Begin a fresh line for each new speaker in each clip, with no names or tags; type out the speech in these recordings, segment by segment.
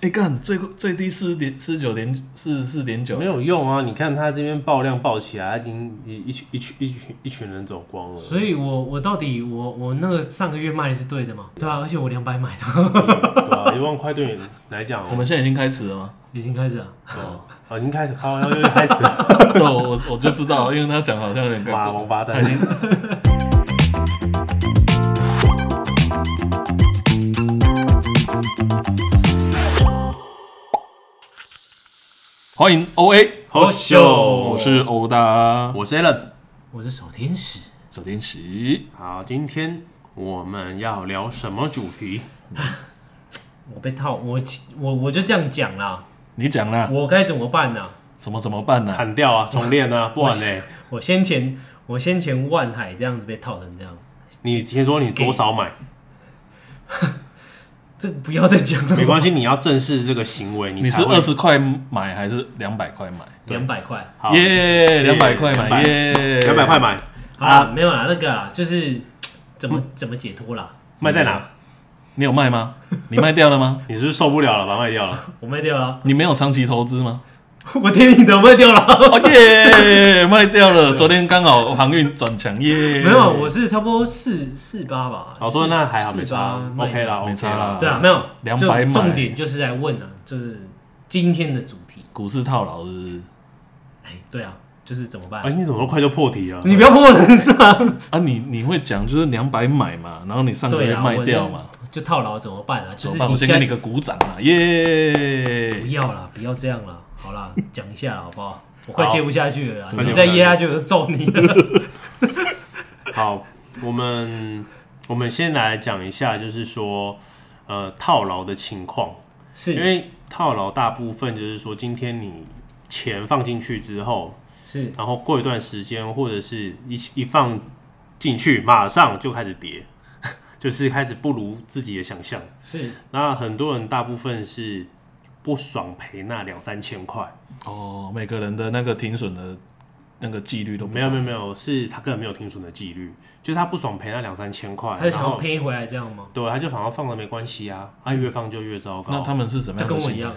哎、干最最低四点四九点四十四点九
没，有用啊！你看他这边爆量爆起来，他已经一一群一群一群一群人走光了。
所以我我到底我我那个上个月卖的是对的嘛？对啊，而且我两百买的，
对啊，一万块对你来讲，
我们现在已经开始了吗？
已经开始了。
哦，
啊，已经开始靠腰又开始了，
对，我我我就知道，因为他讲好像有点
哇，
尴
王
尬。
八蛋
他已！经 欢迎 O A，
好秀
我是欧大，
哦我是 Alan。
我是守天使，
昨天喜，
好，今天我们要聊什么主题？
我被套，我我我就这样讲啦，
你讲啦，
我该怎么办啊呢、
什么怎么办呢、
砍掉啊，重练啊，不然 呢？
我先前我先前万海这样子被套成这样，
你先说你多少 买，
这个不要再讲了，
没关系，你要正视这个行为，
你
你
是
才会
二十块买还是两百块买？
两百块。
好
耶，两百块买
200
耶，
两百块买
好啦，
啊，
没有啦，那个啦，就是怎么怎么解脱啦，
卖在哪？
你有卖吗？你卖掉了吗？
你是不是受不了了吧？卖掉了，
我卖掉了，
你没有长期投资吗？
我天你的我卖掉了。
哦耶，卖掉了！昨天刚好航运转强耶，
没有，啊我是差不多四四八吧。
好说哦那还好，
四
没
四
差
八卖
，OK 啦
啊没
，OK
差
啦
啦。
对啊，没有
200
就
买
重点就是在问啊，就是今天的主题。
股市套牢是不是
哎，对啊，就是怎么办？
哎，你怎么都快就破题了？
你不要泼我身上，
啊，你你会讲就是两百买嘛，然后你上个
对
月
啊
卖掉嘛，哦
就套牢怎么办啊？就
怎
是
么办？我先
家
给你个鼓掌啊，耶
不！要啦，不要这样啦，好啦，讲一下啦好 不好？我快接不下去了啦，
真的
你再噎下去我就揍你 了。
好，我们我们先来讲一下，就是说，呃，套牢的情况，因
是
为套牢大部分就是说，今天你钱放进去之后，
是，
然后过一段时间，或者是一一放进去，马上就开始跌， 就是开始不如自己的想象。
是
那很多人大部分是不爽赔那两三千块，
哦，每个人的那个停损的那个纪律都不
没有没有没有，是他根本没有听损的纪律，就是他不爽赔那两三千块，
他就
然
想
后
要拼回来这样吗？
对，他就反而放了没关系啊，他越放就越糟糕。
那他们是怎么
这
样
跟
的
我
心
一样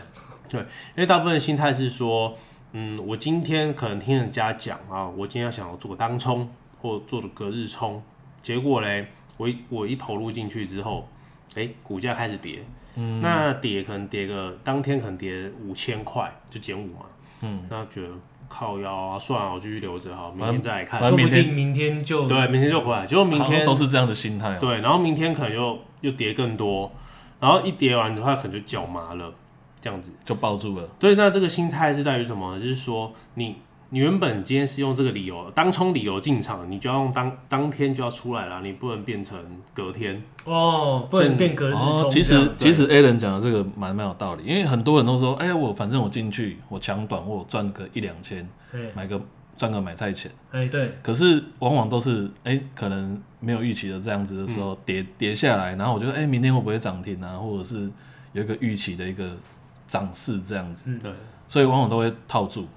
态？，
因为大部分的心态是说，嗯，我今天可能听人家讲啊，我今天要想要做个当冲或做个隔日冲，结果嘞，我一我一投入进去之后，哎、股价开始跌，嗯，那跌可能跌个当天可能跌五千块，就减五嘛，嗯，那觉得靠腰啊，算了，我继续留着好，明天再来看
反，正
说
啊
不
明天
定明天就
对，明天就回来，结果明
好像
天
都是这样的心态哦。
对，然后明天可能又又跌更多，然后一跌完的话，可能就脚麻了，这样子。
就抱住了，
对，那这个心态是在于什么呢？就是说你。你原本今天是用这个理由当冲理由进场，你就要用当当天就要出来了，你不能变成隔天。
哦，不能变隔日冲。
其
这
实
样
其实 a l a n 讲的这个蛮蛮有道理，因为很多人都说，哎、呀，我反正我进去，我抢短，我赚个一两千，
哎
买个赚个买菜钱。
哎对，
可是往往都是哎、可能没有预期的这样子的时候、跌跌下来，然后我觉得哎、明天会不会涨停啊，或者是有一个预期的一个涨势这样子，
嗯
对，
所以往往都会套住。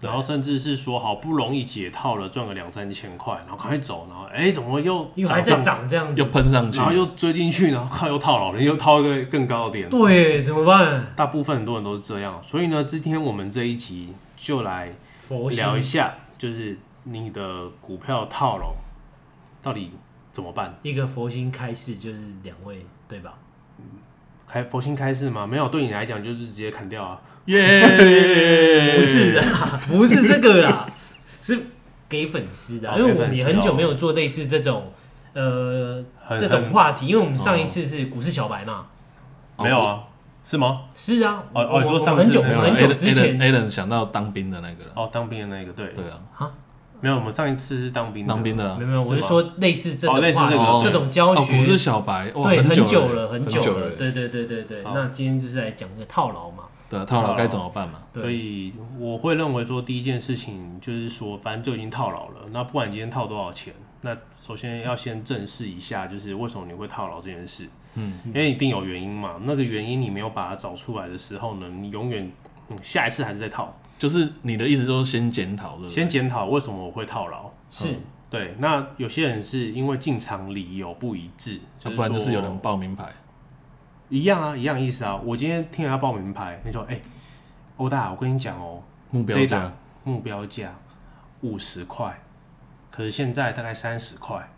然后甚至是说好不容易解套了，赚个两三千块，然后赶快走，然后哎、怎么又
因为还在
上，
涨这样
又
子，
喷上去
然，后又追进去，然后靠又套牢了，又套一个更高的点。
对，怎么办？
大部分很多人都是这样，所以呢，今天我们这一集就来
佛心
聊一下，就是你的股票套牢到底怎么办？
一个佛心开示，就是两位对吧？
开佛心开示吗？没有，对你来讲就是直接砍掉啊。哎
耶！
不是 啊，不是这个啦，是给粉丝的啊，
哦
因为
给
我
粉
们
丝
也很久没有做类似这种呃
很
这种话题，因为我们上一次是股市小白嘛。
哦
没有啊？是吗？
是啊，
哦哦
我
你说
我
上次哎
很久
没有
我
啊
很久之
Alan-
前
Alan Alan 想到当兵的那个了，
哦，当兵的那个，对，
对啊，
没有，我们上一次是当兵的，
当兵的啊
没有没有，我是
哎是吗
说类似这种
哦类似
话
这个
题这种教
哦
学
股市小白，哇
对，很
久
了，很
久
了，对对对对对。
好
那今天就是来讲一个套牢嘛，
对啊，套牢该怎么办嘛？
对
所以我会认为说，第一件事情就是说，反正就已经套牢了，那不管你今天套多少钱，那首先要先正视一下，就是为什么你会套牢这件事。嗯，因为一定有原因嘛。那个原因你没有把它找出来的时候呢，你永远、嗯下一次还是在套。
就是你的意思就是先检讨，对不对
先检讨为什么我会套牢。
是
对，那有些人是因为进场理由不一致，
啊
是
不然就是
说
有人报名牌，
一样啊，一样意思啊。我今天听人家报名牌，你说，哎、欧大，我跟你讲哦，
目标
这一
价
档目标价五十块，可是现在大概三十块。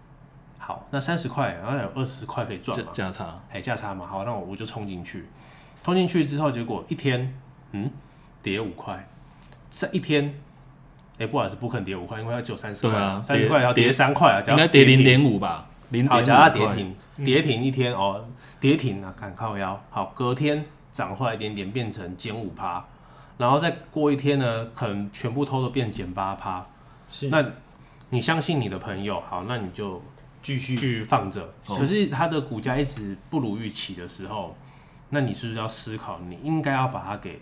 好，那三十块，然后有二十块可以赚
价
嘛？
价差，
哎，价差嘛，好，那我我就冲进去，冲进去之后，结果一天，嗯，跌五块，这一天，哎，不好意思，不肯跌五块，因为它只有三十
对
块
啊
嘛，三十
跌
块要跌
跌
三块啊，只
应
要
该跌零点五吧，零
好，
点
假如它
五
跌
块，
停，跌停一天哦，跌停啊，敢靠腰。好，隔天涨出来一点点，变成减五趴，然后再过一天呢，可能全部偷的变减八趴。
是
那你相信你的朋友，好，那你就
继
继
续
续放着。
哦
可是它的股价一直不如预期的时候，那你是不是要思考，你应该要把它给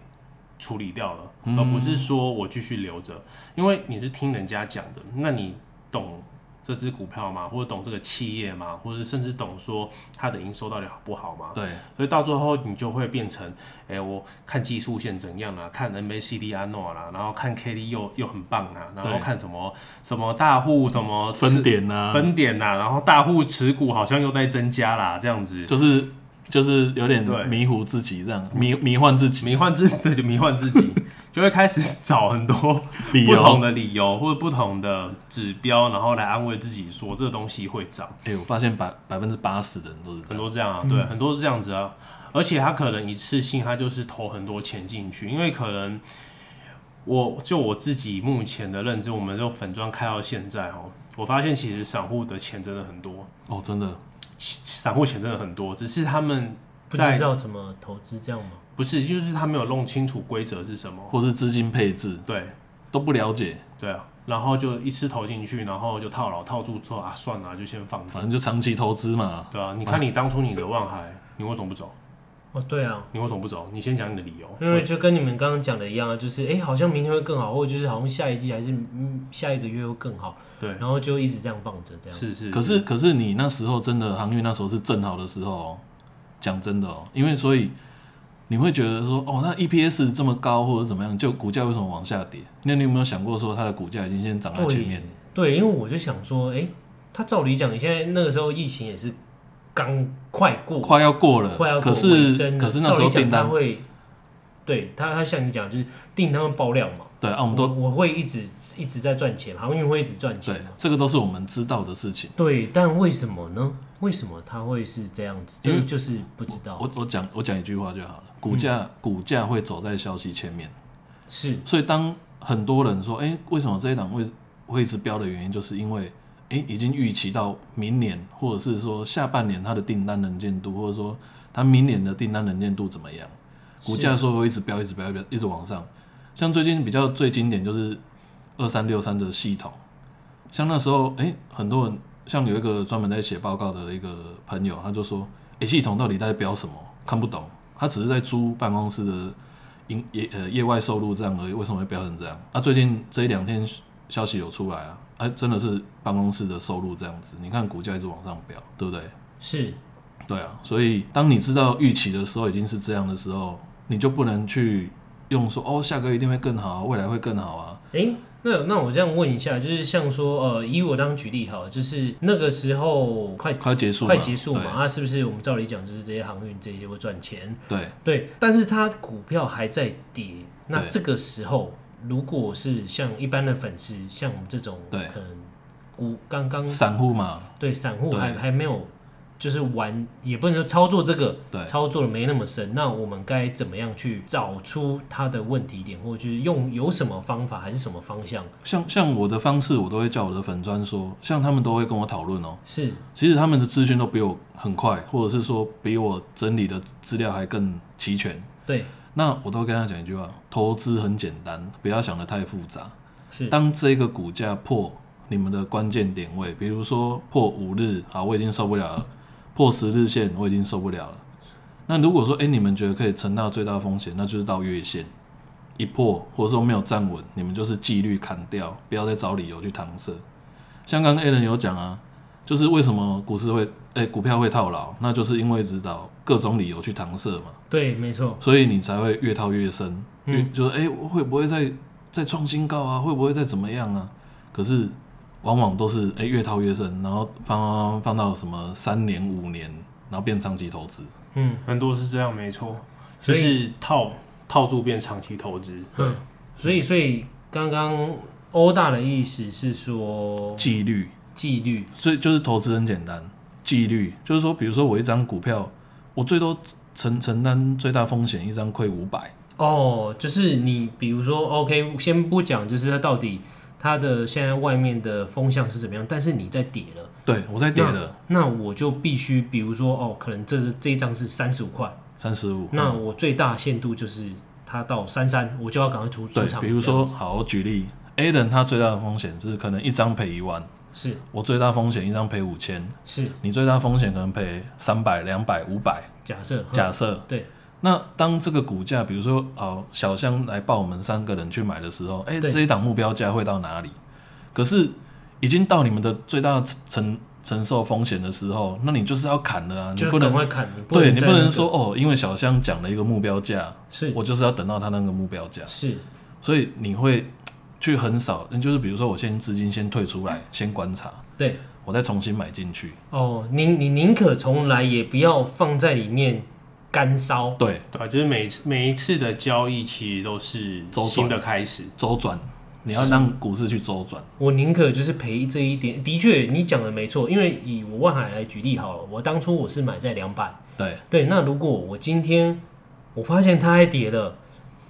处理掉了，
嗯
而不是说我继续留着？因为你是听人家讲的，那你懂这只股票吗？或者懂这个企业吗？或者甚至懂说它的营收到底好不好吗？
对，
所以到最后你就会变成，哎、我看技术线怎样啦、啊看 MACD 安诺啦，然后看 KD 又又很棒啦、然后
对
看什么什么大户什么
分
点。
点啊，
分点呐、然后大户持股好像又在增加啦，这样子
就是就是有点
对
迷糊自己这样，迷迷幻自己，
迷幻自 对，就迷幻自己，就会开始找很多
理
不同
由。
的理由或者不同的指标，然后来安慰自己说这个东西会涨，
哎、我发现百百分之八十的人都是这
很
样，
多这样啊，对，很多是这样子啊，而且他可能一次性他就是投很多钱进去，因为可能我就我自己目前的认知，我们就粉砖开到现在哦，我发现其实散户的钱真的很多，
哦，真的，
散户钱真的很多，只是他们。
不
在
知道怎么投资这样吗？
不是，就是他没有弄清楚规则是什么。
或是资金配置
对
都不了解，
对啊，然后就一次投进去，然后就套牢套住之后啊，算了，就先放着
反。正就长期投资嘛。
对啊，你看你当初你的望海，你为什么不走？
哦，对啊，
你为什么不走？你先讲你的理由。
因为就跟你们刚刚讲的一样啊，就是哎、诶好像明天会更好，或者就是好像下一季还是嗯下一个月会更好，
对，
然后就一直这样放着这样。
是是。
可是可是你那时候真的航运那时候是正好的时候、哦，讲真的哦，因为所以你会觉得说，哦，那 EPS 这么高或者怎么样，就股价为什么往下跌？那你有没有想过说它的股价已经先涨在前面？
对，因为我就想说，哎、他照理讲，现在那个时候疫情也是刚快过，
快要过了，
快要
可
过尾
是
声了
可是那时
照
候
理讲
订单
它会，对他他像你讲，就是订单会爆量嘛，
对啊，我们
我
都
我会一直一直在赚钱，航运会一直赚钱
对
嘛，，
这个都是我们知道的事情。
对，但为什么呢？为什么他会是这样子？
因
这
为
个就是不知道，
我我讲我讲一句话就好了，股价、
嗯
股价会走在消息前面，
是
所以当很多人说，哎、为什么这一档会会一直飙的原因，就是因为，哎、已经预期到明年或者是说下半年它的订单能见度，或者说它明年的订单能见度怎么样，股价说会一直飙，一直飙，一直飙一直往上。像最近比较最经典就是二三六三的系统，像那时候，哎、很多人像有一个专门在写报告的一个朋友，他就说，哎、系统到底在标什么？看不懂，他只是在租办公室的营业呃业外收入这样而已，为什么会飙成这样？啊，最近这一两天消息有出来啊，啊，真的是办公室的收入这样子，你看股价一直往上飙，对不对？
是
对啊，所以当你知道预期的时候已经是这样的时候，你就不能去用说哦，下个月一定会更好啊，未来会更好啊，
哎、那那我这样问一下，就是像说，呃，以我当举例好，就是那个时候快
快结束嘛，
快结束嘛，
对
啊，是不是我们照理讲就是这些航运这些会赚钱？
对，
对，但是它股票还在跌，那
对
这个时候如果是像一般的粉丝，像我们这种
对
可能股刚刚
散户嘛，
对散户
对
还还没有就是玩，也不能说操作这个，
对
操作的没那么深，那我们该怎么样去找出它的问题点，或者就是用有什么方法还是什么方向？
像像我的方式，我都会叫我的粉砖说，像他们都会跟我讨论哦。
是
其实他们的资讯都比我很快，或者是说比我整理的资料还更齐全。
对，
那我都跟他讲一句话：投资很简单，不要想得太复杂。
是
当这个股价破你们的关键点位，比如说破五日，好，我已经受不了了；破十日线，我已经受不了了。那如果说，哎、你们觉得可以承到最大风险，那就是到月线一破，或者说没有站稳，你们就是纪律砍掉，不要再找理由去搪塞。像刚刚 A 人有讲啊，就是为什么股市会，哎、股票会套牢，那就是因为知道各种理由去搪塞嘛。
对，没错，
所以你才会越套越深，
嗯
越就是哎、诶会不会再再创新高啊？会不会再怎么样啊？可是往往都是哎、诶越套越深，然后放放放到什么三年五年，然后变长期投资。
嗯
很多是这样，没错，
所
就
以
是套套住变长期投资。
嗯，所以所以刚刚欧大的意思是说
纪律，
纪律，
所以就是投资很简单，纪律就是说，比如说我一张股票，我最多承承担最大风险，一张亏五百，
哦，就是你比如说，OK，先不讲，就是它到底它的现在外面的风向是怎么样，但是你在跌了，
对我再跌了
那我就必须，比如说哦，可能这这一张是三十五块，
三十五，
那我最大限度就是它到三三，我就要赶快出出
对，
场。
比如说好，我举例，A 人他最大的风险是可能一张赔一万，
是
我最大风险一张赔五千，
是
你最大风险可能赔三百、两百、五百，
假设嗯
假设。
对
那当这个股价，比如说，哦，小香来报我们三个人去买的时候，哎、
对
这一档目标价会到哪里？可是已经到你们的最大承承受风险的时候，那你就是要砍了啊，你
就
不
赶
能，
快砍，你
对你
再
不
那
能
个
说哦，因为小香讲了一个目标价，
是
我就是要等到他那个目标价，
是
所以你会去很少，就是比如说我先资金先退出来，先观察，
嗯对
我再重新买进去，
哦，您你宁可重来，也不要放在里面干烧。
对，
对啊，就是每次每一次的交易其实都是
周转
新的开始。
周转，你要让股市去周转，
我宁可就是赔这一点。的确，你讲的没错，因为以我万海来举例好了，我当初我是买在两百，
对，
对，那如果我今天我发现它还跌了，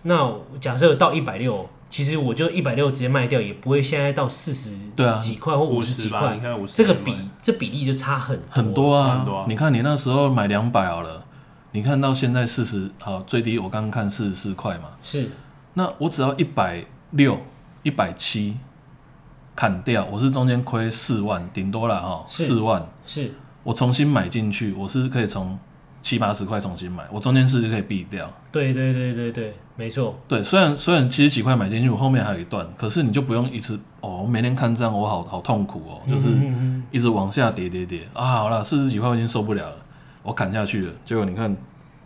那我假设到一百六，其实我就一百六直接卖掉，也不会现在到四十
对啊
几块或五十
50
几
吧，
块
你，看五十
这个比这比例就差很多
很多
差
啊，
很多啊
你看你那时候买两百好了，你看到现在四十，好最低我刚刚看四十四块嘛，
是
那我只要一百六、一百七砍掉，我是中间亏四万，顶多了哈，
是
四万，
是
我重新买进去，我是可以从七八十块重新买，我中间是可以避掉。
对对对对对，没错，
对，虽然虽然七十几块买进去，我后面还有一段，可是你就不用一直哦，我每天看这样我好好痛苦哦，就是
嗯哼哼
一直往下跌跌跌啊，好了，四十几块我已经受不了了，我砍下去了。结果你看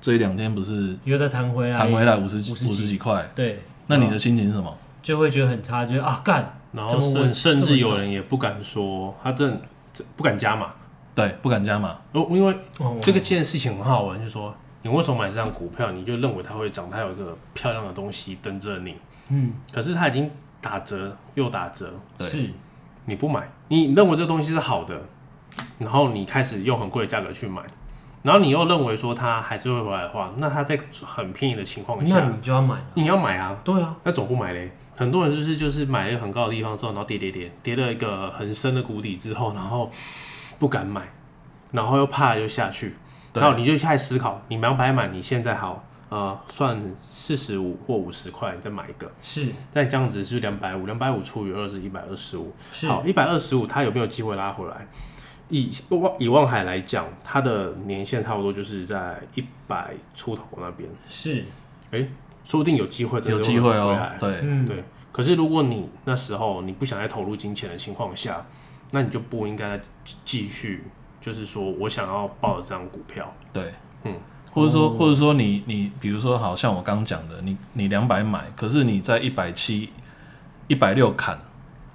这一两天不是
又再弹回来，
弹回来五十
啊五
五
十几
十几块，
对，啊
那你的心情是什么？
就会觉得很差，就是啊干，
然
怎么
后
我
甚甚
这么
至有
早
人也不敢说，他真的这不敢加码。
对，不敢加码，
哦，因为
哦
这个件事情很好玩，就是说你为什么买这张股票，你就认为它会涨，它有一个漂亮的东西等着你，
嗯
可是它已经打折又打折，
对
是
你不买，你认为这东西是好的，然后你开始用很贵的价格去买，然后你又认为说它还是会回来的话，那它在很便宜的情况
那
下，
你就要买了，
你要买啊，
对啊，
那总不买嘞。很多人就是就是买了一个很高的地方之后，然后跌跌跌，跌了一个很深的谷底之后，然后不敢买，然后又怕又下去，
对
然后你就开始思考，你两百买，你现在好呃算四十五或五十块，你再买一个，
是
但这样子是两百五，两百五除以二是一百二十五，
是
好，一百二十五它有没有机会拉回来？以望以望海来讲，它的年限差不多就是在一百出头那边，
是，
说不定有机会真的
有机会
回
哦
来。
对，
嗯
对，可是如果你那时候你不想再投入金钱的情况下，那你就不应该继继续，就是说我想要抱着这张股票，
对，
嗯，
或者说
哦
或者说你你比如说，好像我刚讲的，你你两百买，可是你在一百七、一百六砍，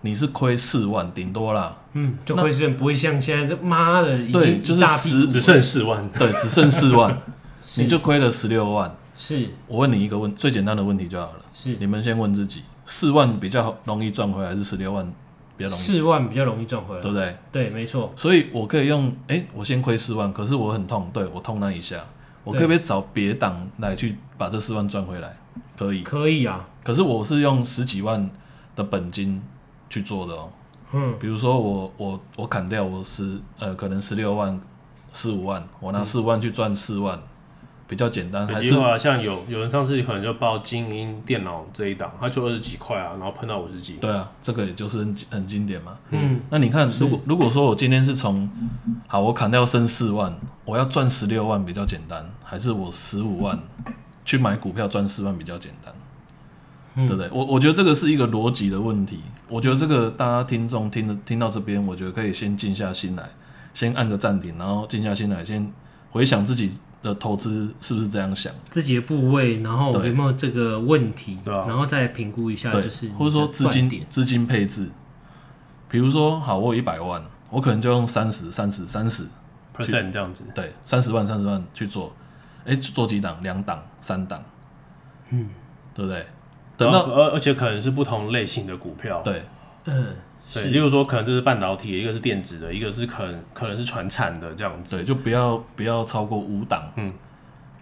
你是亏四万顶多啦，
嗯，就亏损不会像现在这妈的已
对
经
就是
一大批
十
股
只剩四万。
对，只剩四万，
是
你就亏了十六万。
是
我问你一个问最简单的问题就好了。
是
你们先问自己，四万比较容易赚回来，还是十六万比较容易，
四万比较容易赚回来
对，不对？
对，没错，
所以我可以用，哎、我先亏四万，可是我很痛，对我痛那一下，我可不可以找别档来去把这四万赚回来？可以，
可以啊，
可是我是用十几万的本金去做的哦。
嗯，
比如说我我我砍掉我十呃可能十六万、十五万，我拿四万去赚四万，比较简单，
有
嗯还
机
是
会啊，像有有人上次可能就报精英电脑这一档，他就二十几块啊，然后喷到五十几，
对啊，这个也就是很很经典嘛。
嗯，
那你看，
是
如果如果说我今天是从好，我砍掉剩四万，我要赚十六万比较简单，还是我十五万去买股票赚四万比较简单，
嗯
对不对？我我觉得这个是一个逻辑的问题。我觉得这个大家听众听的听到这边，我觉得可以先静下心来，先按个暂停，然后静下心来，先回想自己的投资是不是这样想，
自己的部位，然后
对
有没有这个问题，
对啊
然后再评估一下，
对，
就是
或者说
你的
资金
断
资金配置，比如说好，我有一百万，我可能就用三十、三十、三十。
percent 这样子，
对，三十万三十万去做，哎、做几档？两档、三档，嗯，对不对？等
然
到
后而而且可能是不同类型的股票，
对
嗯，
对，例如说可能这是半导体的，一个是电子的，一个是可能可能是传产的这样子。
对，就不要不要超过五档，
嗯，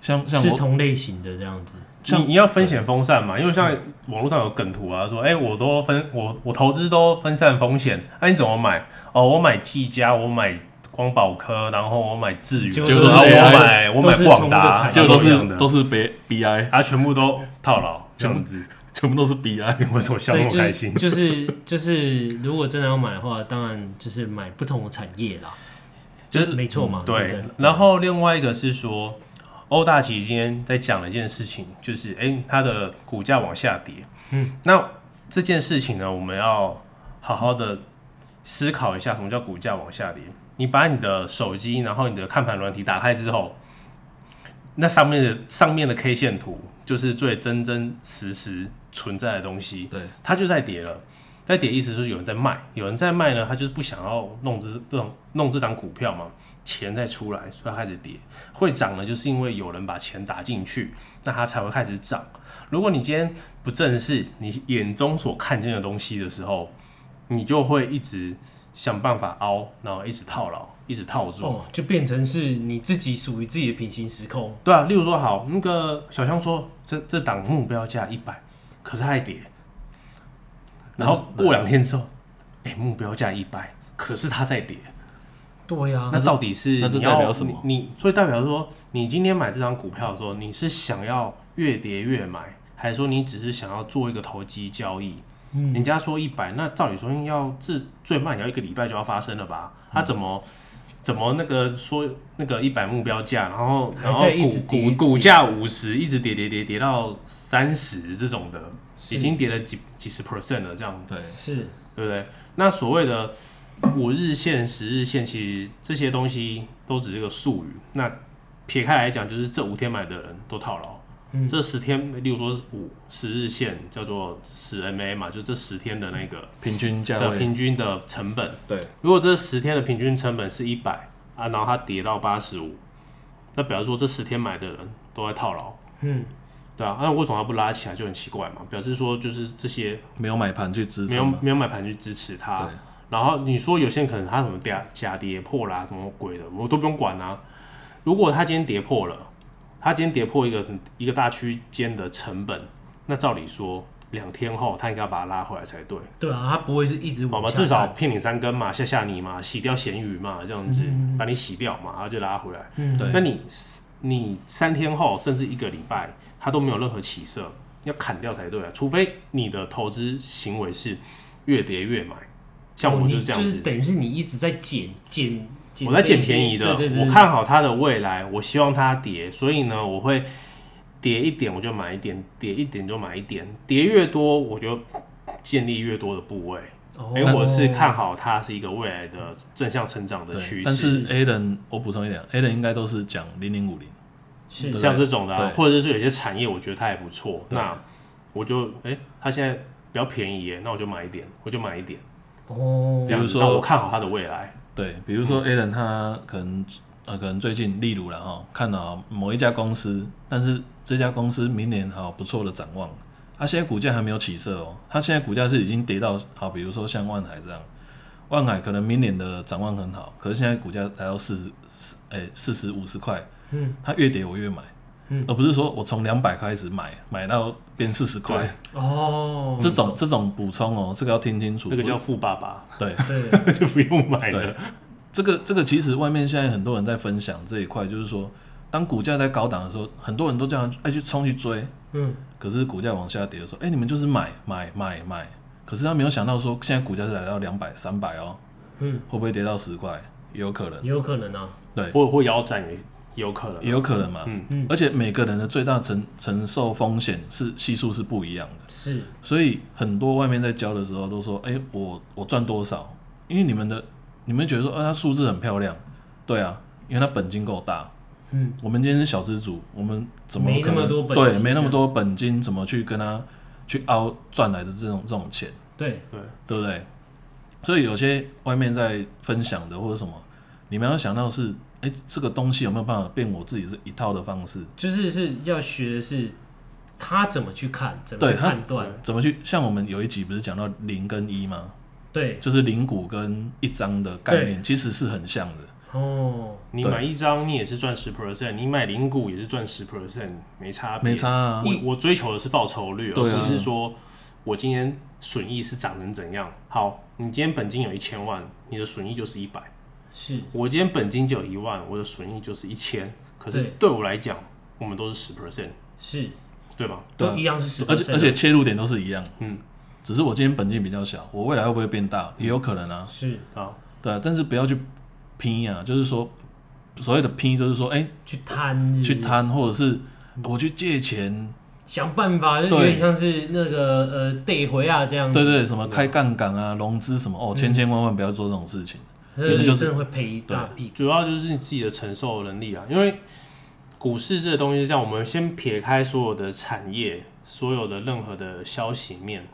像像
是
我
同类型的这样子，
你
像
你要分险分散嘛，因为像网络上有梗图啊，说哎、我都分我我投资都分散风险，那、你怎么买？哦，我买技嘉，我买光宝科，然后我买智
结
源，
果都
然
是
后我
AI
买我买
都是
广
同一个
达，
产业
结果都
啊一样
是
的
都是 B B I，
啊，全部都套牢这样子，
全部都是 B I，
为什么笑那
对，
么
就
开
是
心？
就是就是，如果真的要买的话，当然就是买不同的产业啦，
就是
没错嘛，对不
对
对，，
然后另外一个是说，欧大奇今天在讲了一件事情，就是哎、诶它的股价往下跌。嗯，那这件事情呢，我们要好好的思考一下，什么叫股价往下跌？你把你的手机，然后你的看盘软体打开之后，那上面的上面的 K 线图就是最真真实实存在的东西。
对
它就在跌了，在跌意思就是有人在卖，有人在卖呢，他就是不想要弄这这种弄这档股票嘛，钱再出来，所以它开始跌。会涨呢，就是因为有人把钱打进去，那它才会开始涨。如果你今天不正视你眼中所看见的东西的时候，你就会一直想办法凹，然后一直套牢，一直套住。
哦，就变成是你自己属于自己的平行时空，
对啊，例如说好，那个小香说这这档目标价一百，可是它还跌，然后过两天之后，哎、目标价一百，可是它在跌，
对啊呀、
那到底是
那这
你要
代表什么
你你所以代表说，你今天买这张股票的时候，你是想要越跌越买，还是说你只是想要做一个投机交易？
嗯
人家说一百，那照理说应该要至最慢也要一个礼拜就要发生了吧？他、
嗯
怎么怎么那个说那个一百目标价，然后
还
然后
在一
股
直跌一
股
直
股
跌
价五十，一直跌跌跌跌到三十这种的，
是
已经跌了几几十 percent 了，这样
对，
是
对不对？那所谓的五日线、十日线，其实这些东西都只是个术语。那撇开来讲，就是这五天买的人都套牢。
嗯
这十天，例如说五十日线叫做十 MA 嘛，就这十天的那个
平均价
的
位
啊平均的成本。
对，
如果这十天的平均成本是一百啊，然后它跌到八十五，那表示说这十天买的人都在套牢，
嗯，
对啊，那为什么它不拉起来就很奇怪嘛？表示说就是这些
没有买盘去支
没
撑
有
嘛，
没有买盘去支持它，
对，
然后你说有些人可能他什么跌假跌破啦，什么鬼的，我都不用管啊。如果他今天跌破了，他今天跌破一个一个大区间的成本，那照理说两天后他应该要把它拉回来才对，
对啊，它不会是一直
好
往
吧？
下
至少
看，
骗你三根嘛，吓吓你嘛，洗掉咸鱼嘛，这样子
嗯
把你洗掉嘛，然后就拉回来。
嗯，
对
那你你三天后甚至一个礼拜，它都没有任何起色，要砍掉才对啊，除非你的投资行为是越跌越买，像
哦
我就
你就是
这样子。
等于是你一直在减减减，
我在捡便宜的，
对对对，对
我看好它的未来，我希望它跌，所以呢，我会跌一点我就买一点，跌一点就买一点，跌越多我就建立越多的部位。
哦
哎、我是看好它是一个未来的正向成长的趋
对。
势，
但是 A 人，我补充一点，A 人应该都是讲零零五零，
是
对
像这种的、啊，
对
或者是有些产业，我觉得它也不错，
对
那我就哎、它现在比较便宜耶，那我就买一点，我就买一点，
哦
这，样
比如
子
说
那我看好它的未来。
对，比如说
嗯
A 人他可能呃可能最近例如了哈，看到某一家公司，但是这家公司明年好不错的展望，它现在股价还没有起色哦，它现在股价是已经跌到好，比如说像万海这样，万海可能明年的展望很好，可是现在股价来到四十四哎四十五十块，
嗯，
它越跌我越买。
嗯
而不是说我从两百开始买，买到变四十块
对，
哦，
这种这种补充哦，这个要听清楚。
这个叫富爸爸，
对，
对，
就不用买了
对。这个这个其实外面现在很多人在分享这一块，就是说，当股价在高档的时候，很多人都这样哎去冲去追，
嗯，
可是股价往下跌的时候，哎你们就是买买买买，可是他没有想到说现在股价是来到两百三百哦，
嗯，
会不会跌到十块？也有可能，
也有可能啊，
对，
或或腰斩也有可能啊。
也有可能嘛。
嗯
嗯
而且每个人的最大承承受风险是系数是不一样的。
是
所以很多外面在教的时候都说，哎、我我赚多少？因为你们的你们觉得说，啊，它数字很漂亮，对啊，因为它本金够大。
嗯，
我们今天是小资族，我们怎么
没
可
那么
能
多本
对，
金
没那么
这
多本金，怎么去跟他去凹赚来的这种这种钱，
对，
对，
对不对？所以有些外面在分享的或者什么，你们要想到是，哎、哎、这个东西有没有办法变我自己是一套的方式？
就是是要学的是他怎么去看，怎么
对
去
他
判断，
怎么去？像我们有一集不是讲到零跟一吗？
对，
就是零股跟一张的概念，其实是很像的。
哦，
你
对
买一张你也是赚十 percent，你买零股也是赚十 percent，没差别。
没差啊，
我我追求的是报酬率，而不
对啊
是说我今天损益是涨成怎样。好，你今天本金有一千万，你的损益就是一百；
是
我今天本金就有一万，我的损益就是一千。可是
对
对我来讲，我们都是十 percent，
是，
对吧？
对啊
都一样是十，
而且而且切入点都是一样。
嗯，
只是我今天本金比较小，我未来会不会变大？也有可能啊。
哦是
啊，
对啊，但是不要去拼啊，就是说所谓的拼，就是说，哎、
去贪，是不是
去贪，或者是我去借钱，
想办法，就有
对
点像是那个呃逮回啊这样子，
对对，什么开杠杆啊、融资什么，哦，千千万万不要做这种事情。
这
其实就是
真的会赔一大屁股。
主要就是你自己的承受能力啊，因为股市这个东西是这样，我们先撇开所有的产业、所有的任何的消息面、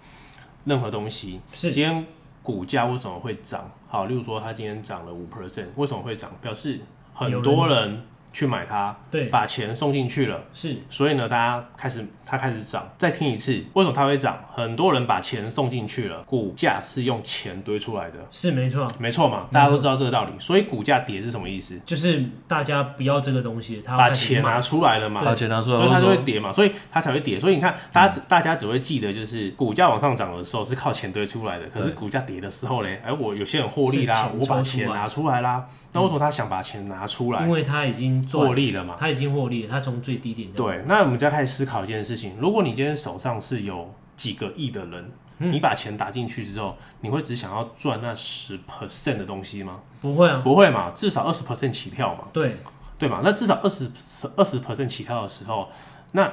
任何东西，
是
今天股价为什么会涨？好，例如说它今天涨了五 percent，为什么会涨？表示很多人去买它，
对，
把钱送进去了。
是
所以呢，大家开始它开始涨。再听一次，为什么它会涨？很多人把钱送进去了，股价是用钱堆出来的，
是没错，
没错嘛，大家都知道这个道理。所以股价跌是什么意思？
就是大家不要这个东西，他要
把
开始
钱
卖
拿出来了嘛，
啊把钱拿出来，
所以
或
它
者
就
说
会跌嘛，所以它才会跌。所以你看，大家只、大家只会记得，就是股价往上涨的时候是靠钱堆出来的，可是股价跌的时候嘞，哎，我有些人获利
是
啦
钱，
我把
抽出来
钱拿出来啦，那为什么他想把钱拿出来
因为他已经赚
获，利了嘛？
他已经获利了，他从最低点到
对，那我们就要开始思考一件事情：如果你今天手上是有几个亿的人，你把钱打进去之后，你会只想要赚那十 percent 的东西吗？
不会啊，
不会嘛，至少二十 percent 起跳嘛。
对，
对嘛？那至少二十二十 percent 起跳的时候，那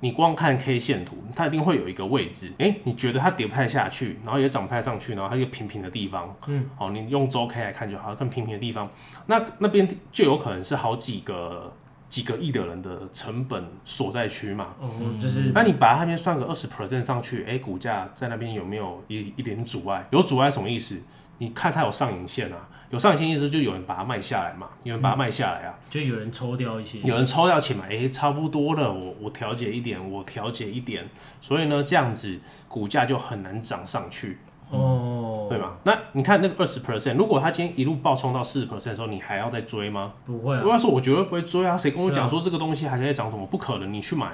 你光看 K 线图，它一定会有一个位置，诶，你觉得它跌不太下去，然后也涨不太上去，然后它一个平平的地方，嗯，哦，你用周 K 来看就好，看平平的地方，那那边就有可能是好几个几个亿的人的成本所在区嘛。
哦，就是
嗯
那你把它那边算个二十 percent 上去，诶，股价在那边有没有一一点阻碍？有阻碍什么意思？你看它有上影线啊，有上影线意思就有人把它卖下来嘛，有人把它卖下来啊。
就有人抽掉一些，
有人抽到钱嘛？诶、差不多了，我我调节一点，我调节一点，所以呢，这样子股价就很难涨上去，
哦，
对吗？那你看那个二十 percent，如果它今天一路暴冲到四十 percent 的时候，你还要再追吗？
不
嗯
会啊
我，要说，我绝对不会追啊！谁跟我讲说这个东西还在涨什么？不可能，你去买，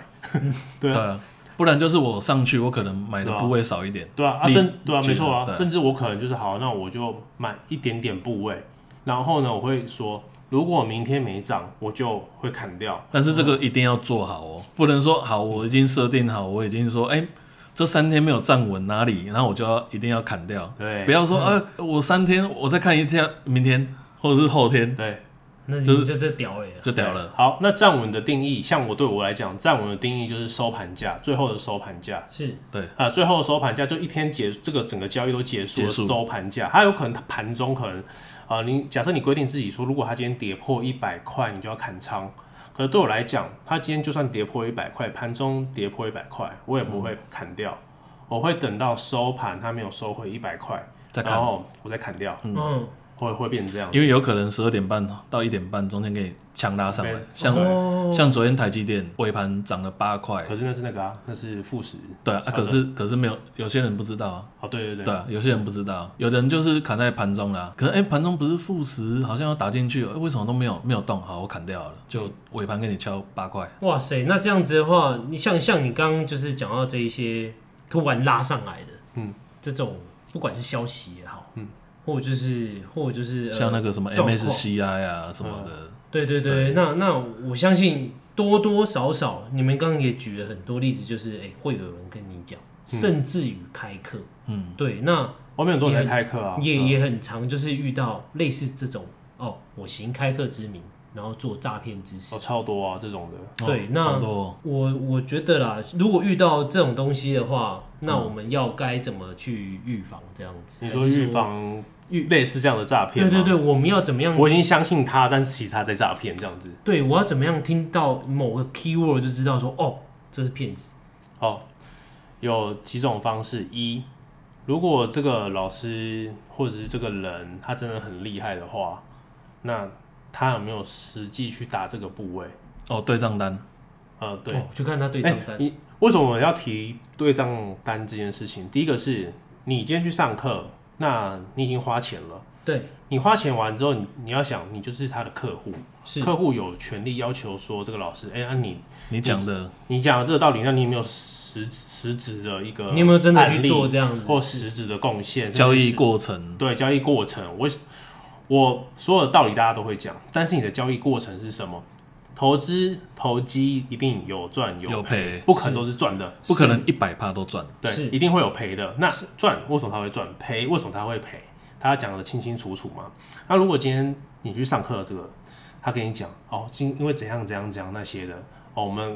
对
对啊，
啊，不然就是我上去，我可能买的部位少一点。
对啊，啊
你
甚对啊，
你
没错
觉
啊，
得对
甚至我可能就是好，那我就买一点点部位，然后呢，我会说，如果明天没涨，我就会砍掉。
但是这个一定要做好哦，不能说好我已经设定好，我已经说哎、这三天没有站稳哪里，然后我就要一定要砍掉。
对，嗯
不要说呃、我三天我再看一天，明天或者是后天
对。
那
就
你
是
就这屌啊了呀，
就掉了。
好，那站稳的定义，像我对我来讲，站稳的定义就是收盘价，最后的收盘价。
是
对，
啊，最后的收盘价就一天结，这个整个交易都结束了，
结束
收盘价。它有可能它盘中可能，啊、你假设你规定自己说，如果它今天跌破一百块，你就要砍仓。可是对我来讲，它今天就算跌破一百块，盘中跌破一百块，我也不
嗯
会砍掉，我会等到收盘它没有收回一百块，
再
然
看，
后我再砍掉，
嗯，
会会变成这样。
因为有可能十二点半到一点半中间给你强拉上来
对，
像
哦
像昨天台积电尾盘涨了八块，
可是那是那个啊，那是负十。
对啊，啊
好的
可是可是没有，有些人不知道啊，
哦，对对对，
对啊，有些人不知道，有的人就是砍在盘中啦，可能哎盘中不是负十，好像要打进去，哎为什么都没有没有动？好，我砍掉了，就尾盘给你敲八块，
哇塞，那这样子的话，你像像你刚刚就是讲到这一些突然拉上来的，
嗯，
这种不管是消息也好，嗯，或者就是或者就是、呃、
像那个什么
状况
MSCI 啊什么的，
对对对，那那我相信多多少少，你们刚刚也举了很多例子，就是哎、会有人跟你讲，甚至于开课，
嗯，
对，那
外面很多人在开课啊，
也、也很常就是遇到类似这种哦，我行开课之名，然后做诈骗之实。
哦，超多啊这种的。
哦
对那
好多哦
我我觉得啦，如果遇到这种东西的话，那我们要该怎么去预防这样子？
你说
还是
预？防预类似这样的诈骗
对
吗？
对对，我们要怎么样？
我已经相信他，但是其实他在诈骗这样子。
对我要怎么样听到某个 keyword 就知道说哦，这是骗子。
哦，有几种方式：一，如果这个老师或者是这个人他真的很厉害的话，那他有没有实际去打这个部位。
哦，对账单，
呃，对，
哦，去看他对
哎
账单，
你为什么我要提对账单这件事情？第一个是你今天去上课，那你已经花钱了，
对，
你花钱完之后，你你要想，你就是他的客户，
是
客户有权利要求说这个老师，哎、那你
你讲的
你讲的这个道理，那你有没有实实质的一个，
你有没有真的去做这样子
或实质的贡献？
交易
甚至是
过程，
对交易过程，我我所有的道理大家都会讲，但是你的交易过程是什么？投资投机一定有赚有
有赔
不可能都是赚的，
不可能一百趴都赚。
对
是，
一定会有赔的。那赚为什么他会赚？赔为什么他会赔？他讲的清清楚楚嘛。那如果今天你去上课的这个，他跟你讲哦，今因为怎样怎样怎样那些的哦，我们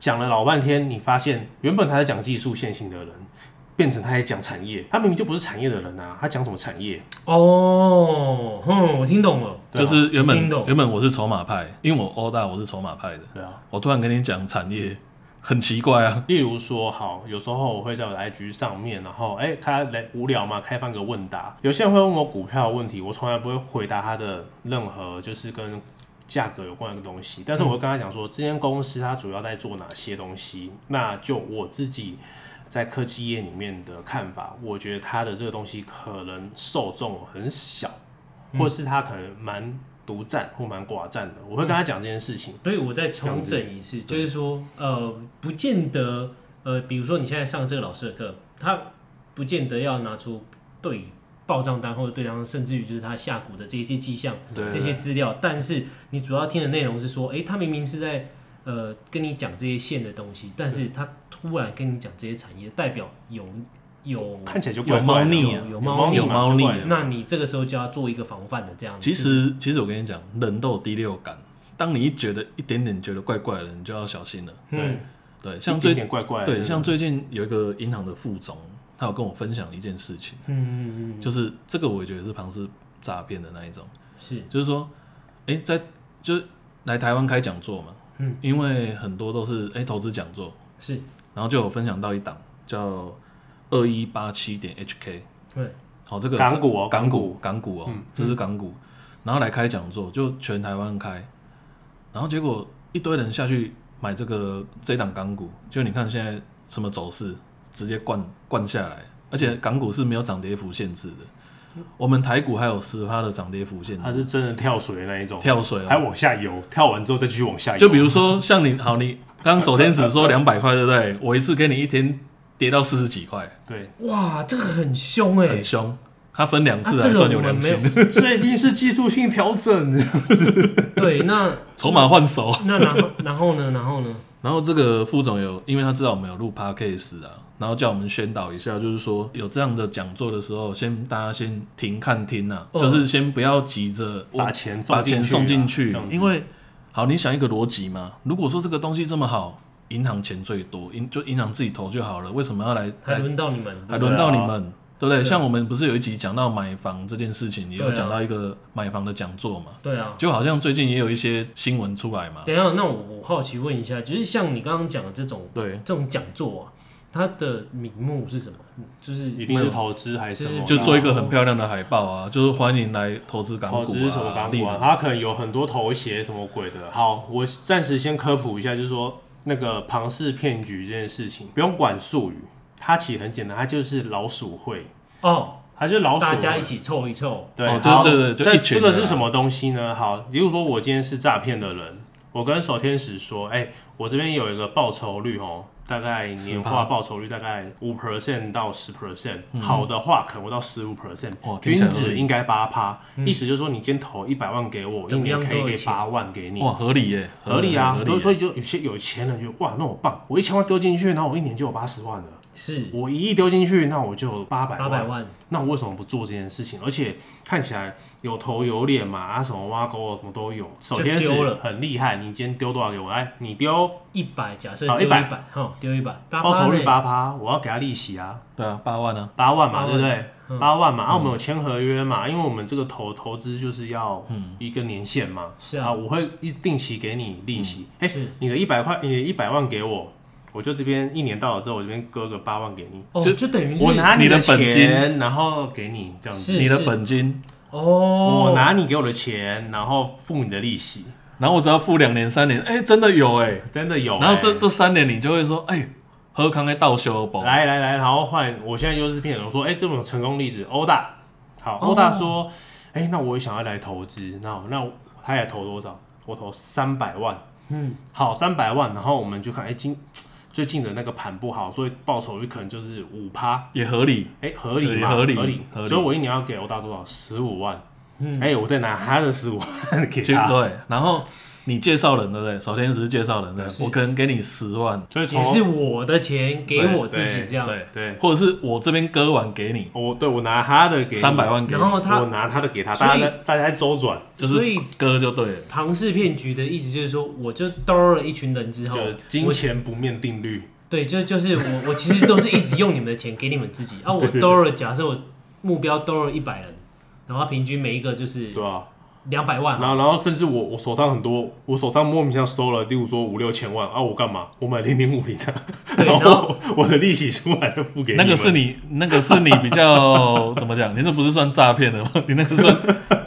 讲了老半天，你发现原本他在讲技术线性的人，变成他在讲产业，他明明就不是产业的人啊，他讲什么产业？
哦，哼，我听懂了，
对啊
就是原本
听懂
原本我是筹码派，因为我欧大我是筹码派的，
对啊。
我突然跟你讲产业，很奇怪啊。
例如说，好，有时候我会在我的 IG 上面，然后哎，他来无聊嘛，开放个问答。有些人会问我股票的问题，我从来不会回答他的任何就是跟价格有关的东西，但是我会跟他讲说，这间公司它主要在做哪些东西，那就我自己。在科技业里面的看法，我觉得它的这个东西可能受众很小，或是它可能蛮独占或蛮寡占的。我会跟他讲这件事情。
所以我再重整一次，就是说，呃，不见得，呃，比如说你现在上这个老师的课，他不见得要拿出对报账单或者对账单，甚至于就是他下股的这些迹象、
对对
这些资料，但是你主要听的内容是说，诶，他明明是在呃跟你讲这些线的东西，但是他突然跟你讲这些产业，代表有有
看起来就
有
怪怪
猫
的
腻啊，
有
猫腻
有
嘛
猫腻
怪
啊。
那你这个时候就要做一个防范的这样子。
其实，其实我跟你讲，人都有第六感。当你一觉得一点点觉得怪怪的，你就要小心了。
对，
对，像
像
最
最近怪怪的，
对，
真的
像最近有一个银行的副总，他有跟我分享一件事情，
嗯嗯嗯，
就是这个我也觉得是庞氏诈骗的那一种，
是
就是说，哎、在就是来台湾开讲座嘛，
嗯，
因为很多都是哎、诶投资讲座，
是，
然后就有分享到一档叫二一八七点 HK，
对，
好，这个
港
是
股哦
港
港
股
股，
港股哦
嗯，
这是港股，然后来开讲座，就全台湾开，然后结果一堆人下去买这个这一档港股，就你看现在什么走势，直接灌灌下来，而且港股是没有涨跌幅限制的，我们台股还有十趴的涨跌幅限
啊
它
制，
是真的跳水的那一种，
跳水
还
哦，
往下游，跳完之后再继续往下游。
就比如说像你好，你刚刚守天使说两百块对不对？我一次给你一天跌到四十几块，
对，
哇，这个很凶哎、
很凶，他分两
啊
次
这
还
个
算有
我们
良
没有
心，
这已经是技术性调整。
对，那
筹码换手。
那然后然后呢？然后呢？
然后这个副总有，因为他知道我们有录 podcast 啊，然后叫我们宣导一下，就是说有这样的讲座的时候，先大家先停看听啊，
嗯
就是先不要急着 我
把钱送啊
把钱送进去
这样，子
因为好，你想一个逻辑嘛，如果说这个东西这么好，银行钱最多，银就银行自己投就好了，为什么要来
还
来
轮到你们？
还轮到你们？对不对？
对
像我们不是有一集讲到买房这件事情，也有
对啊
讲到一个买房的讲座嘛，
对啊。
就好像最近也有一些新闻出来嘛，
等一下，那我我好奇问一下，就是像你刚刚讲的这种
对，
这种讲座啊，它的名目是什么？就是
一定是投资还是什么？
就做一
然
个很漂亮的海报啊，就是欢迎来投资港股
后
啊，
哦投资什么港
立
股啊
的，
它可能有很多头衔什么鬼的。好，我暂时先科普一下，就是说那个庞氏骗局这件事情，不用管术语，它其实很简单，它就是老鼠会，
哦，
它就是老鼠
大
会。
家一起凑一凑，
对，
哦
好
对对对就
但
一群
这
人啊
个是什么东西呢？好，比如说我今天是诈骗的人，我跟守天使说，哎、我这边有一个报酬率哦，大概年化
10%
报酬率大概五 percent 到十 percent，、好的话可能会到十五 percent，
哇听起来合
均
理
值应该八趴，意思就是说你今天投一百万给我，一
怎么样
年可以
都有
给
钱
八万给你。
哇，合理耶，
合理啊
合，理
所
耶
以所以就有些有钱人就哇，那我棒，我一千万丢进去，那我一年就有八十万了；
是
我一亿丢进去，那我就有八百
八百万，
那我为什么不做这件事情？而且看起来有头有脸嘛，啊，什么挖沟什么都有。首先是
丢了
很厉害，你今天丢多少给我？哎，你丢
一百，假设
好
丢一
100
百，哈，丢一百，八
哦报酬率
呢，
八趴，我要给他利息啊，
对啊，八万啊，
八万
八
嘛，
万嗯
对不对？八万嘛，啊，我们有签合约嘛，因为我们这个投投资就是要一个年限嘛，
嗯是啊嗯
我会一定期给你利息。哎
是，
你的一百块，你的一百万给我，我就这边一年到了之后，我这边割个八万给你，
哦，
就
就等于是
我拿
你的
的
本金
钱，然后给你这样子。
是
你的本金
哦，
我拿你给我的钱，然后付你的利息，
然后我只要付两年三年，哎、真的有哎、
真的有欸、
然后这哦这三年你就会说，哎、喝康该倒修宝，
来来来，然后换，我现在又是骗人说，哎、这种成功例子，欧大，好，
哦
欧大说，哎、那我也想要来投资，那那我他也投多少？我投三百万，嗯，好，三百万，然后我们就看，哎、今最近的那个盘不好，所以报酬率可能就是五趴，
也合理，
哎、合理嘛，
合理
合理
合，理嗯
所以我一年要给欧大多少？十五万，哎、我再拿他的十五万 给
其实哦
他，
对。然后你介绍人对不对？首先只是介绍人对不对，我可能给你十万，
所以从
也是我的钱给
对
我自己这样，
对，
对，
或者是我这边割完给你
我对我拿他的给你
三百，万给
然
你，
后
我
他
拿他的给他，
所
大家
以
在大家在周转，
就
所
是
以
割就对了。
庞氏骗局的意思就是说，我就兜了一群人之后，
就金
我
钱不面定律。
对，就就是我我其实都是一直用你们的钱给你们自己啊，我兜了，假设我目标兜了一百人，然后平均每一个就是
对啊，
两百万
然
嘛，
后然后甚至我我手上很多，我手上莫名其妙收了，例如说五六千万啊，我干嘛？我买零零五零的，
对
然
然
后 我的利息出来就付给你
那
们
个是你，那个是你比 较怎么讲？你这不是算诈骗的吗？你那个算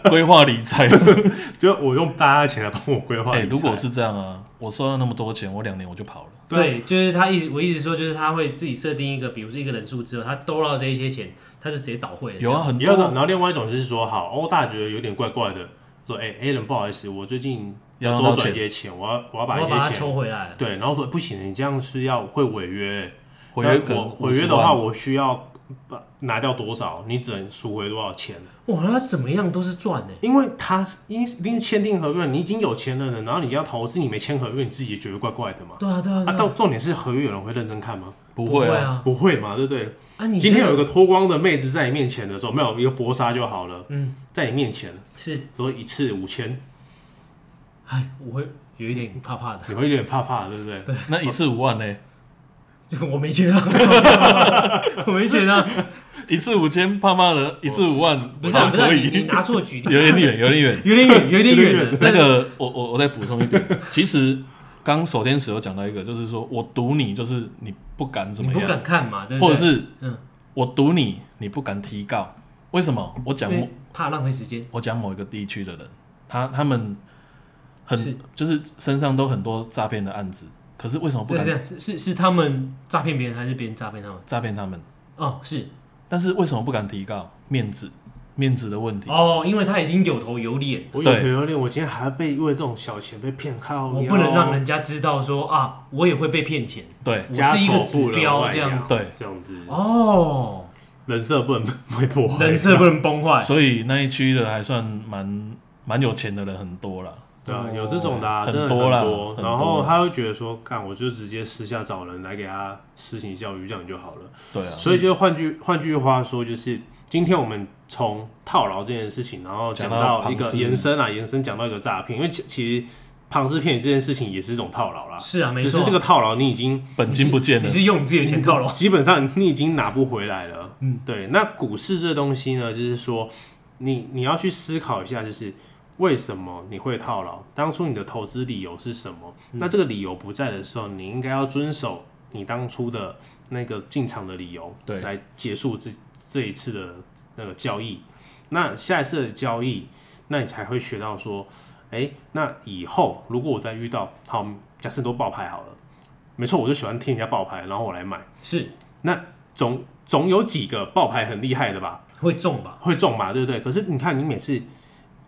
规划理财。
就我用大家的钱来帮我规划
哎、
理财。
如果是这样啊，我收到那么多钱，我两年我就跑了。
对啊，
对，就是他一直我一直说，就是他会自己设定一个，比如说一个人数之后，他兜到这一些钱，他就直接倒汇了。
有啊，很
也有
多
的。
啊
然后另外一种就是说，好，欧大觉得有点怪怪的，说，哎、a l n 不好意思，我最近
要
周
拿到
转一
钱
些钱，我要我要
这
把
样，我要
一
把它
些钱。
抽回来。
对，然后说不行，你这样是要会违约。
毁约
那
可
我
能
毁约的话，
50万
我需要把拿掉多少？你只能赎回多少钱？
哇，那他怎么样都是赚的、
因为他是因一定是签订合约，你已经有钱的人，然后你要投资，你没签合约，你自己也觉得怪怪的嘛。
对啊，对啊，
啊，
对
到重点是合约有人会认真看吗？
不
不
会啊，
啊。
不会嘛，对不对？
啊，你
今天有一
这
个脱光的妹子在你面前的时候，没有一个薄纱就好了，
嗯，
在你面前
是，
说一次五千，
哎，我会有一点怕怕的，
你会有点怕怕，对不对？对，
那一次五万呢、
就我没钱啊，我没钱啊，
一次五千，怕骂人，一次五万，
不是、啊、
好
不是、啊
像可
你，你
以，
拿错举例，
有点远，有点远。
有点远，有点远了。
那个，我我我再补充一点，其实刚守天使有讲到一个，就是说我赌你，就是你不敢怎
你
么
不
样，
敢看嘛，对不
或
对？
者是
嗯
我赌你，你不敢提告。为什么？我讲
因
某
为怕浪费时间，
我讲某一个地区的人，他他们很
是
就是身上都很多诈骗的案子，可是为什么哦不敢
对对，是是是他们诈骗别人，还是别人诈骗他们？
诈骗他们？
哦，是
但是为什么不敢提告？面子，面子的问题。
哦，因为他已经有头有脸，
我有
对
朋友恋，我今天还被因为这种小钱被骗，靠
哦
腰，
我不能让人家知道说啊，我也会被骗钱，
对
我
家
是一个
丑
指
不能
标
外
这样
扬
子。
对，
这样子，
哦，
人设不能被破坏，
人设不能崩坏。
所以那一区的还算蛮蛮有钱的人很多了。
对啊
哦，
有这种的、啊，
很
真的
多啦
多
很。多
然后他会觉得说，干，我就直接私下找人来给他施行教育，这样就好了。
对啊，
所以就换句换句话说，就是今天我们从套牢这件事情，然后讲
讲到
到一个
庞氏
延伸啊，延伸讲到一个诈骗，因为其其实庞氏骗局这件事情也是一种套牢啦。
是啊，没
只是这
错
个，套牢你已经
本金不见
你
了。
是用你自己的钱套牢。
基本上你已经拿不回来了。嗯，对。那股市这东西呢，就是说你你要去思考一下，就是为什么你会套牢，当初你的投资理由是什么？那这个理由不在的时候，你应该要遵守你当初的那个进场的理由，
对
来结束这这一次的那个交易。那下一次的交易，那你才会学到说，哎、那以后如果我再遇到好，假设你都爆牌好了，没错，我就喜欢听人家爆牌，然后我来买。
是
那总总有几个爆牌很厉害的吧，
会中吧？
会中嘛，对不对？可是你看，你每次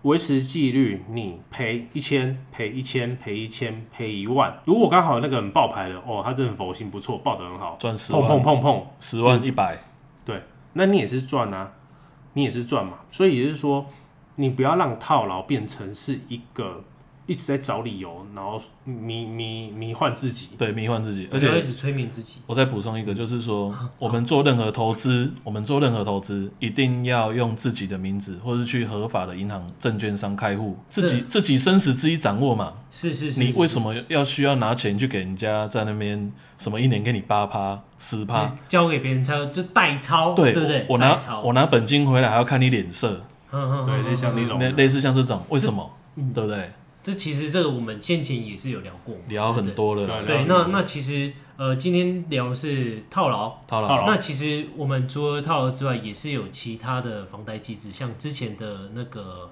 维持纪律，你赔一千，赔一千，赔一千，赔一万。如果刚好那个人爆牌了，哦，他真的佛性不错，爆得很好，
赚十
碰碰
万，
碰碰，
十万一百，
对，那你也是赚啊，你也是赚嘛。所以也就是说，你不要让套牢变成是一个一直在找理由，然后迷迷迷幻自己。
对，迷幻自己。而
不要
且
一直催眠自己。
我再补充一个，就是说，我们做任何投资，我们做任何投资，一定要用自己的名字，或是去合法的银行、证券商开户，自己自己生死自己掌握嘛。
是是是，
你为什么要需要拿钱去给人家在那边什么一年给你八趴、十趴？
对交给别人抄就代抄，
对
对不对？
我
代
拿
抄，
我拿本金回来还要看你脸色，
嗯嗯嗯
对，就像那种
嗯
类类似像这种，为什么？对不对？
这其实这个我们先前也是有聊过嘛，
聊
对
很
不
多了啦，
聊
对。对，
很
那
多
那其实呃，今天聊的是套牢，
套
套
牢，
牢
那其实我们除了套牢之外，也是有其他的房贷机制，像之前的那个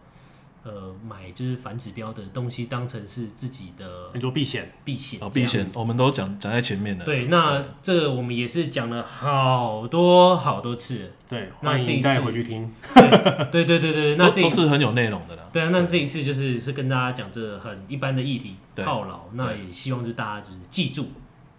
呃，买就是反指标的东西当成是自己的
你做避险，
避险
哦，
这样，
避险我们都讲讲在前面了。
对，那这个我们也是讲了好多好多次了。
对，
那
欢
这一
迎再
次
回去听。
对对对对，
都
那这
都是很有内容的啦。
对啊，那这一次就是是跟大家讲这很一般的议题
对
套牢，那也希望就大家就是记住，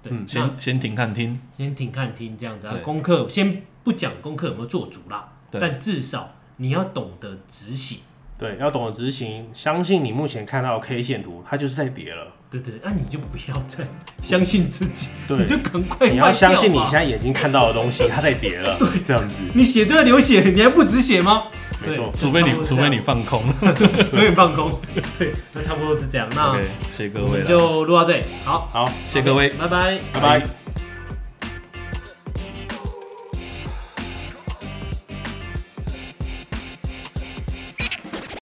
对，
嗯，
那
先先停看听，
先停看听这样子啊。
对
功课先不讲功课有没有做足啦，
对
但至少你要懂得执行。
对，要懂得执行。相信你目前看到的 K 线图，它就是在跌了。
对对，那、你就不要再相信自己，
对
你就赶快
你要
哎卖掉
相信你
吧
现在眼睛看到的东西，它在跌 了。这样子，
你写这个流血，你还不止血吗？
没错
对
除非你
差不多是
除
这
非
样
你放空。
除非你放空，对，那差不多是这样。那
OK，谢谢各
我
位
们
了，
就录到这里，好，
好，
谢谢各位。
拜拜。
拜拜。